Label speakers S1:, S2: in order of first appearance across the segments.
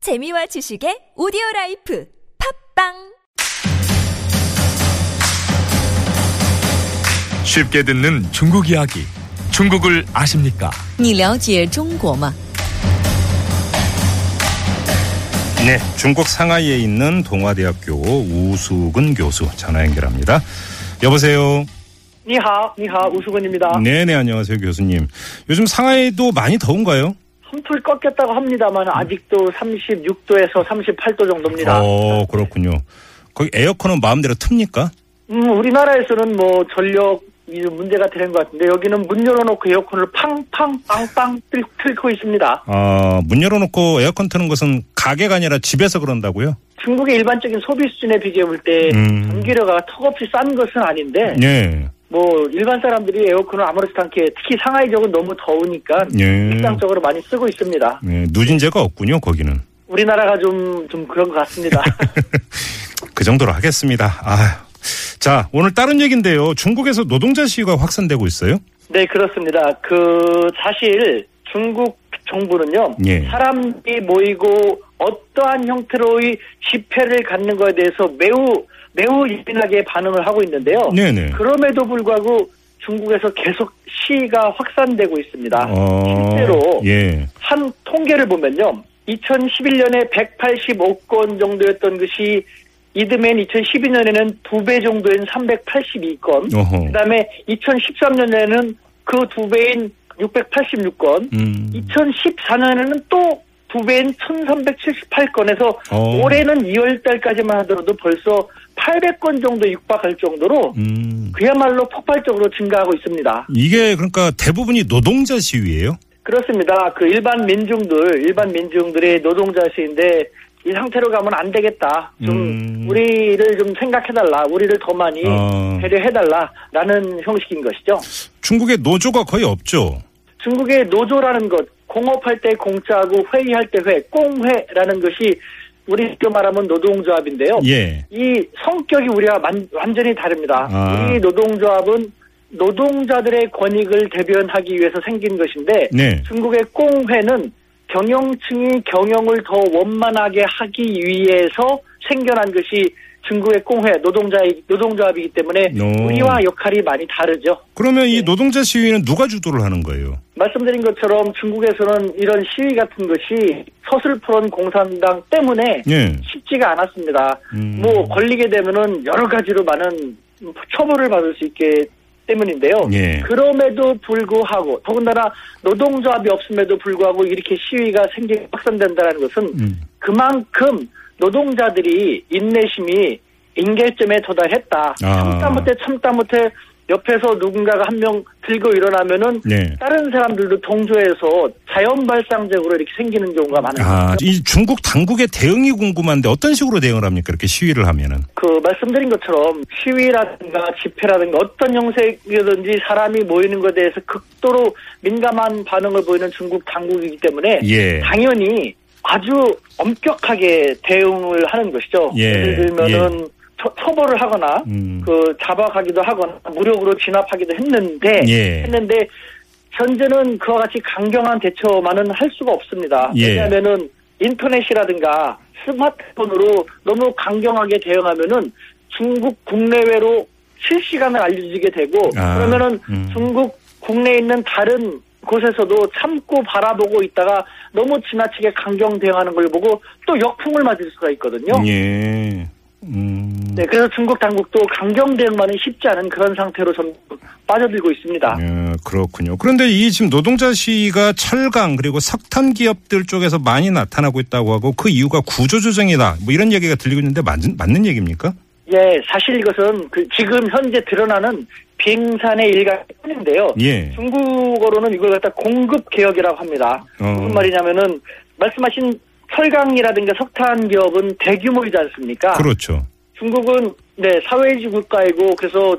S1: 재미와 지식의 오디오 라이프 팝빵
S2: 쉽게 듣는 중국 이야기. 중국을 아십니까?
S3: 你了解中国吗？
S4: 네, 중국 상하이에 있는 동아대학교 우수근 교수 전화 연결합니다. 여보세요.
S5: 你好，你好，吴淑根입니다
S4: 네, 네, 안녕하세요, 교수님. 요즘 상하이도 많이 더운가요?
S5: 한풀 꺾였다고 합니다만 아직도 36도에서 38도 정도입니다.
S4: 어, 그렇군요. 거기 에어컨은 마음대로 틉니까?
S5: 음, 우리나라에서는 뭐 전력 이 문제가 되는 것 같은데 여기는 문 열어놓고 에어컨을 팡팡 빵빵 틀, 틀고 있습니다.
S4: 아, 문 열어놓고 에어컨 트는 것은 가게가 아니라 집에서 그런다고요?
S5: 중국의 일반적인 소비 수준에 비교해 볼 때
S4: 음.
S5: 전기료가 턱없이 싼 것은 아닌데
S4: 네,
S5: 뭐 일반 사람들이 에어컨을 아무렇지도 않게 특히 상하이 지역은 너무 더우니까
S4: 예.
S5: 일상적으로 많이 쓰고 있습니다.
S4: 네, 누진제가 없군요, 거기는.
S5: 우리나라가 좀 좀 그런 것 같습니다.
S4: 그 정도로 하겠습니다. 아, 자, 오늘 다른 얘기인데요. 중국에서 노동자 시위가 확산되고 있어요?
S5: 네, 그렇습니다. 그 사실 중국 정부는요,
S4: 예.
S5: 사람들이 모이고 어떠한 형태로의 집회를 갖는 것에 대해서 매우 매우 예민하게 반응을 하고 있는데요.
S4: 네네.
S5: 그럼에도 불구하고 중국에서 계속 시위가 확산되고 있습니다.
S4: 어,
S5: 아, 실제로
S4: 예.
S5: 한 통계를 보면요. 2011년에 185건 정도였던 것이 이듬해인 2012년에는 두 배 정도인 382건,
S4: 어허.
S5: 그다음에 2013년에는 그 두 배인 686건,
S4: 음.
S5: 2014년에는 또 두 배인 1378건에서
S4: 어.
S5: 올해는 2월 달까지만 하더라도 벌써 800건 정도 육박할 정도로
S4: 음.
S5: 그야말로 폭발적으로 증가하고 있습니다.
S4: 이게 그러니까 대부분이 노동자 시위예요?
S5: 그렇습니다. 그 일반 민중들, 일반 민중들의 노동자 시인데 이 상태로 가면 안 되겠다. 좀
S4: 음.
S5: 우리를 좀 생각해달라. 우리를 더 많이
S4: 아.
S5: 배려해달라라는 형식인 것이죠.
S4: 중국에 노조가 거의 없죠.
S5: 중국의 노조라는 것, 공업할 때 공짜고 회의할 때 회, 꽁회라는 것이 우리 쉽게 말하면 노동조합인데요.
S4: 예.
S5: 이 성격이 우리와 만- 완전히 다릅니다.
S4: 아.
S5: 우리 노동조합은 노동자들의 권익을 대변하기 위해서 생긴 것인데
S4: 네.
S5: 중국의 꽁회는 경영층이 경영을 더 원만하게 하기 위해서 생겨난 것이 중국의 꽁회 노동자의 노동조합이기 때문에
S4: 오.
S5: 우리와 역할이 많이 다르죠.
S4: 그러면 이 노동자 시위는 누가 주도를 하는 거예요?
S5: 말씀드린 것처럼 중국에서는 이런 시위 같은 것이 서슬프런 공산당 때문에
S4: 예.
S5: 쉽지가 않았습니다.
S4: 음.
S5: 뭐 걸리게 되면은 여러 가지로 많은 처벌을 받을 수 있기 때문인데요.
S4: 예.
S5: 그럼에도 불구하고 더군다나 노동조합이 없음에도 불구하고 이렇게 시위가 생기 확산된다는 것은
S4: 음.
S5: 그만큼 노동자들이 인내심이 임계점에 도달했다.
S4: 아.
S5: 참다 못해 참다 못해 옆에서 누군가가 한 명 들고 일어나면은
S4: 네.
S5: 다른 사람들도 동조해서 자연 발상적으로 이렇게 생기는 경우가 많아요.
S4: 아, 이 중국 당국의 대응이 궁금한데 어떤 식으로 대응을 합니까? 이렇게 시위를 하면은.
S5: 그 말씀드린 것처럼 시위라든가 집회라든가 어떤 형식이든지 사람이 모이는 것에 대해서 극도로 민감한 반응을 보이는 중국 당국이기 때문에
S4: 예.
S5: 네. 당연히 아주 엄격하게 대응을 하는 것이죠.
S4: 예.
S5: 예를 들면은 처, 처벌을 하거나
S4: 음.
S5: 그 잡아가기도 하거나 무력으로 진압하기도 했는데
S4: 예.
S5: 했는데 현재는 그와 같이 강경한 대처만은 할 수가 없습니다.
S4: 예.
S5: 왜냐하면은 인터넷이라든가 스마트폰으로 너무 강경하게 대응하면은 중국 국내외로 실시간을 알려지게 되고
S4: 아,
S5: 그러면은
S4: 음.
S5: 중국 국내에 있는 다른 곳에서도 참고 바라보고 있다가 너무 지나치게 강경 대응하는 걸 보고 또 역풍을 맞을 수가 있거든요.
S4: 예. 음.
S5: 네, 그래서 중국 당국도 강경 대응만은 쉽지 않은 그런 상태로 전 빠져들고 있습니다.
S4: 예, 그렇군요. 그런데 이 지금 노동자 시위가 철강 그리고 석탄 기업들 쪽에서 많이 나타나고 있다고 하고 그 이유가 구조조정이다 뭐 이런 얘기가 들리고 있는데 맞는, 맞는 얘기입니까?
S5: 예, 사실 이것은 그 지금 현재 드러나는 빙산의 일각인데요.
S4: 예.
S5: 중국어로는 이걸 갖다 공급 개혁이라고 합니다.
S4: 어.
S5: 무슨 말이냐면은 말씀하신 철강이라든가 석탄 기업은 대규모이지 않습니까?
S4: 그렇죠.
S5: 중국은 네 사회주의 국가이고 그래서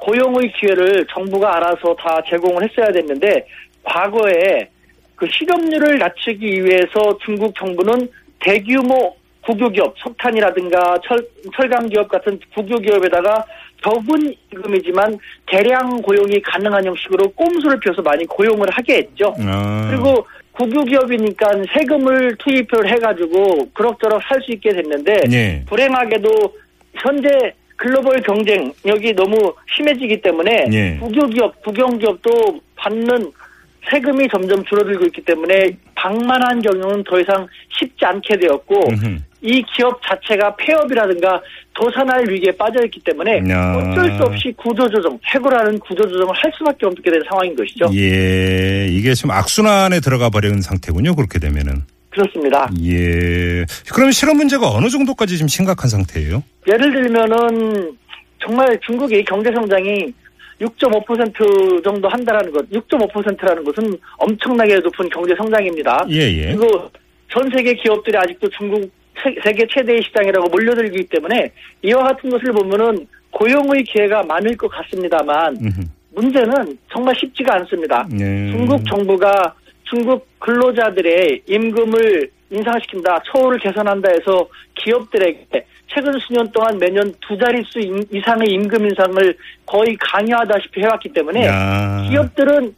S5: 고용의 기회를 정부가 알아서 다 제공을 했어야 됐는데 과거에 그 실업률을 낮추기 위해서 중국 정부는 대규모 국유기업 석탄이라든가 철, 철강기업 같은 국유기업에다가 적은 임금이지만 대량 고용이 가능한 형식으로 꼼수를 피워서 많이 고용을 하게 했죠.
S4: 아.
S5: 그리고 국유 기업이니까 세금을 투입을 해가지고 그럭저럭 살 수 있게 됐는데
S4: 예.
S5: 불행하게도 현재 글로벌 경쟁력이 너무 심해지기 때문에
S4: 예.
S5: 국유기업, 국영기업도 받는 세금이 점점 줄어들고 있기 때문에 방만한 경영은 더 이상 쉽지 않게 되었고
S4: 음흠.
S5: 이 기업 자체가 폐업이라든가 도산할 위기에 빠져있기 때문에
S4: 야.
S5: 어쩔 수 없이 구조조정, 해고라는 구조조정을 할 수밖에 없게 된 상황인 것이죠.
S4: 예. 이게 지금 악순환에 들어가 버린 상태군요. 그렇게 되면은.
S5: 그렇습니다.
S4: 예. 그럼 실업 문제가 어느 정도까지 지금 심각한 상태예요?
S5: 예를 들면은 정말 중국의 경제 성장이 6.5% 정도 한다라는 것, 6.5%라는 것은 엄청나게 높은 경제 성장입니다.
S4: 예, 예.
S5: 그리고 전 세계 기업들이 아직도 중국 세- 세계 최대의 시장이라고 몰려들기 때문에 이와 같은 것을 보면은 고용의 기회가 많을 것 같습니다만
S4: 음흠.
S5: 문제는 정말 쉽지가 않습니다.
S4: 예.
S5: 중국 정부가 중국 근로자들의 임금을 인상시킨다, 처우를 개선한다 해서 기업들에게 최근 수년 동안 매년 두 자릿수 인- 이상의 임금 인상을 거의 강요하다시피 해왔기 때문에
S4: 야.
S5: 기업들은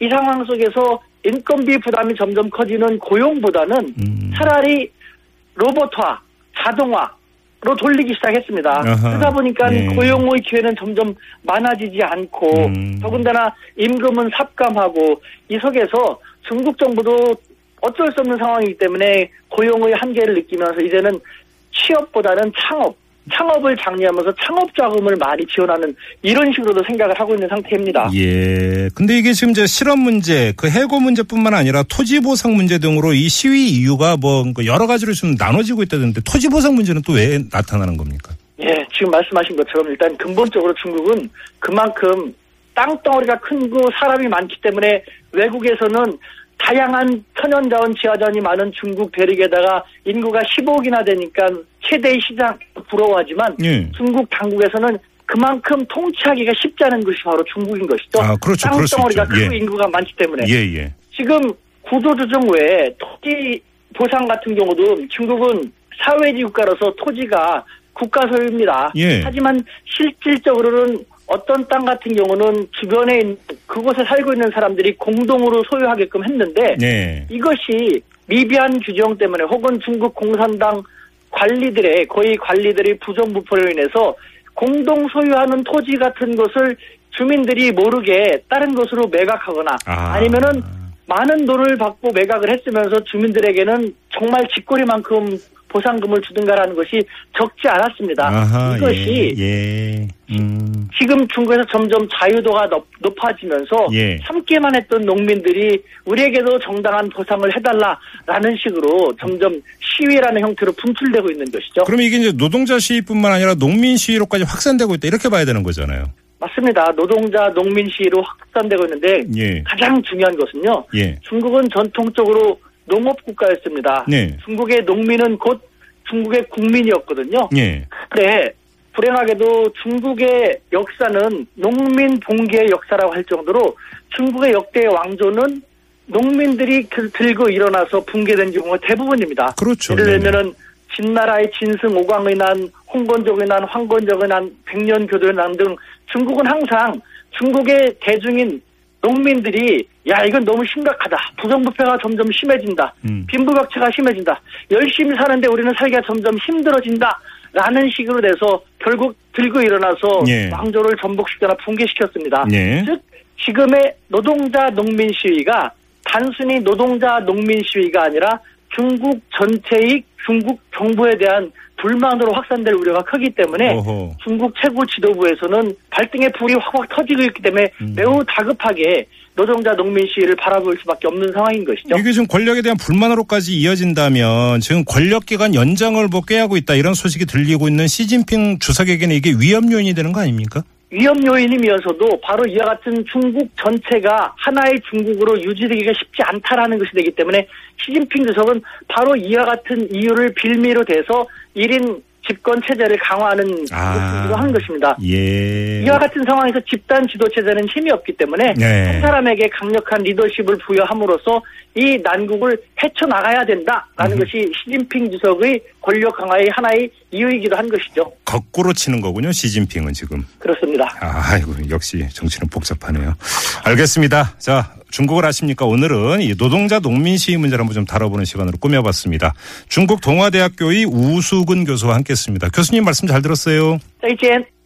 S5: 이 상황 속에서 인건비 부담이 점점 커지는 고용보다는
S4: 음.
S5: 차라리 로봇화, 자동화로 돌리기 시작했습니다.
S4: 아하.
S5: 그러다 보니까
S4: 예.
S5: 고용의 기회는 점점 많아지지 않고
S4: 음.
S5: 더군다나 임금은 삭감하고 이 속에서 중국 정부도 어쩔 수 없는 상황이기 때문에 고용의 한계를 느끼면서 이제는 취업보다는 창업, 창업을 장려하면서 창업 자금을 많이 지원하는 이런 식으로도 생각을 하고 있는 상태입니다.
S4: 예. 근데 이게 지금 이제 실업 문제, 그 해고 문제뿐만 아니라 토지 보상 문제 등으로 이 시위 이유가 뭐그 여러 가지로 좀 나눠지고 있다던데 토지 보상 문제는 또 왜 나타나는 겁니까?
S5: 예, 지금 말씀하신 것처럼 일단 근본적으로 중국은 그만큼 땅덩어리가 큰고 사람이 많기 때문에 외국에서는 다양한 천연자원, 지하자원이 많은 중국 대륙에다가 인구가 10억이나 되니까 최대의 시장 부러워하지만
S4: 예.
S5: 중국 당국에서는 그만큼 통치하기가 쉽지 않은 것이 바로 중국인 것이죠.
S4: 아, 그렇죠. 그럴 수
S5: 땅덩어리가
S4: 있죠.
S5: 크고
S4: 예.
S5: 인구가 많기 때문에
S4: 예, 예.
S5: 지금 구조조정 외에 토지 보상 같은 경우도 중국은 사회주의 국가로서 토지가 국가 소유입니다.
S4: 예.
S5: 하지만 실질적으로는 어떤 땅 같은 경우는 주변에 있는 그곳에 살고 있는 사람들이 공동으로 소유하게끔 했는데
S4: 예.
S5: 이것이 미비한 규정 때문에 혹은 중국 공산당 관리들의 거의 관리들의 부정부패로 인해서 공동 소유하는 토지 같은 것을 주민들이 모르게 다른 것으로 매각하거나
S4: 아.
S5: 아니면은 많은 돈을 받고 매각을 했으면서 주민들에게는 정말 짓거리만큼 보상금을 주든가라는 것이 적지 않았습니다.
S4: 아하,
S5: 이것이
S4: 예. 예. 음.
S5: 지금 중국에서 점점 자유도가 높, 아지면서
S4: 예.
S5: 참기만 했던 농민들이 우리에게도 정당한 보상을 해달라라는 식으로 점점 시위라는 형태로 분출되고 있는 것이죠.
S4: 그럼 이게 이제 노동자 시위뿐만 아니라 농민 시위로까지 확산되고 있다 이렇게 봐야 되는 거잖아요.
S5: 맞습니다. 노동자 농민 시위로 확산되고 있는데
S4: 예.
S5: 가장 중요한 것은요.
S4: 예.
S5: 중국은 전통적으로 농업 국가였습니다.
S4: 네.
S5: 중국의 농민은 곧 중국의 국민이었거든요.
S4: 예.
S5: 그래 불행하게도 중국의 역사는 농민 봉기의 역사라고 할 정도로 중국의 역대 왕조는 농민들이 들- 들고 일어나서 붕괴된 경우가 대부분입니다.
S4: 그렇죠.
S5: 예를
S4: 네네.
S5: 들면은 진나라의 진승 오광의 난, 홍건적의 난, 황건적의 난, 백년교도의 난 등 중국은 항상 중국의 대중인 농민들이 야 이건 너무 심각하다. 부정부패가 점점 심해진다.
S4: 음.
S5: 빈부격차가 심해진다. 열심히 사는데 우리는 살기가 점점 힘들어진다. 라는 식으로 돼서 결국 들고 일어나서
S4: 예.
S5: 왕조를 전복시켜나 붕괴시켰습니다.
S4: 예.
S5: 즉 지금의 노동자 농민 시위가 단순히 노동자 농민 시위가 아니라 중국 전체의 중국 정부에 대한 불만으로 확산될 우려가 크기 때문에
S4: 어허.
S5: 중국 최고 지도부에서는 발등에 불이 확확 터지고 있기 때문에
S4: 음.
S5: 매우 다급하게 노동자 농민 시위를 바라볼 수밖에 없는 상황인 것이죠.
S4: 이게 지금 권력에 대한 불만으로까지 이어진다면 지금 권력 기간 연장을 뭐 꾀하고 있다 이런 소식이 들리고 있는 시진핑 주석에게는 이게 위험 요인이 되는 거 아닙니까?
S5: 위험 요인이면서도 바로 이와 같은 중국 전체가 하나의 중국으로 유지되기가 쉽지 않다라는 것이 되기 때문에 시진핑 주석은 바로 이와 같은 이유를 빌미로 대서 1인 집권 체제를 강화하는
S4: 아.
S5: 것으로 한 것입니다.
S4: 예.
S5: 이와 같은 상황에서 집단 지도 체제는 힘이 없기 때문에
S4: 네.
S5: 한 사람에게 강력한 리더십을 부여함으로써 이 난국을
S4: 음.
S5: 헤쳐나가야 된다라는 것이 시진핑 주석의 권력 강화의 하나의 이유이기도 한 것이죠.
S4: 거꾸로 치는 거군요. 시진핑은 지금.
S5: 그렇습니다.
S4: 아, 아이고 역시 정치는 복잡하네요. 알겠습니다. 자, 중국을 아십니까? 오늘은 이 노동자 농민 시위 문제를 한번 좀 다뤄보는 시간으로 꾸며봤습니다. 중국 동아대학교의 우수근 교수와 함께했습니다. 교수님 말씀 잘 들었어요.
S5: 자, 이젠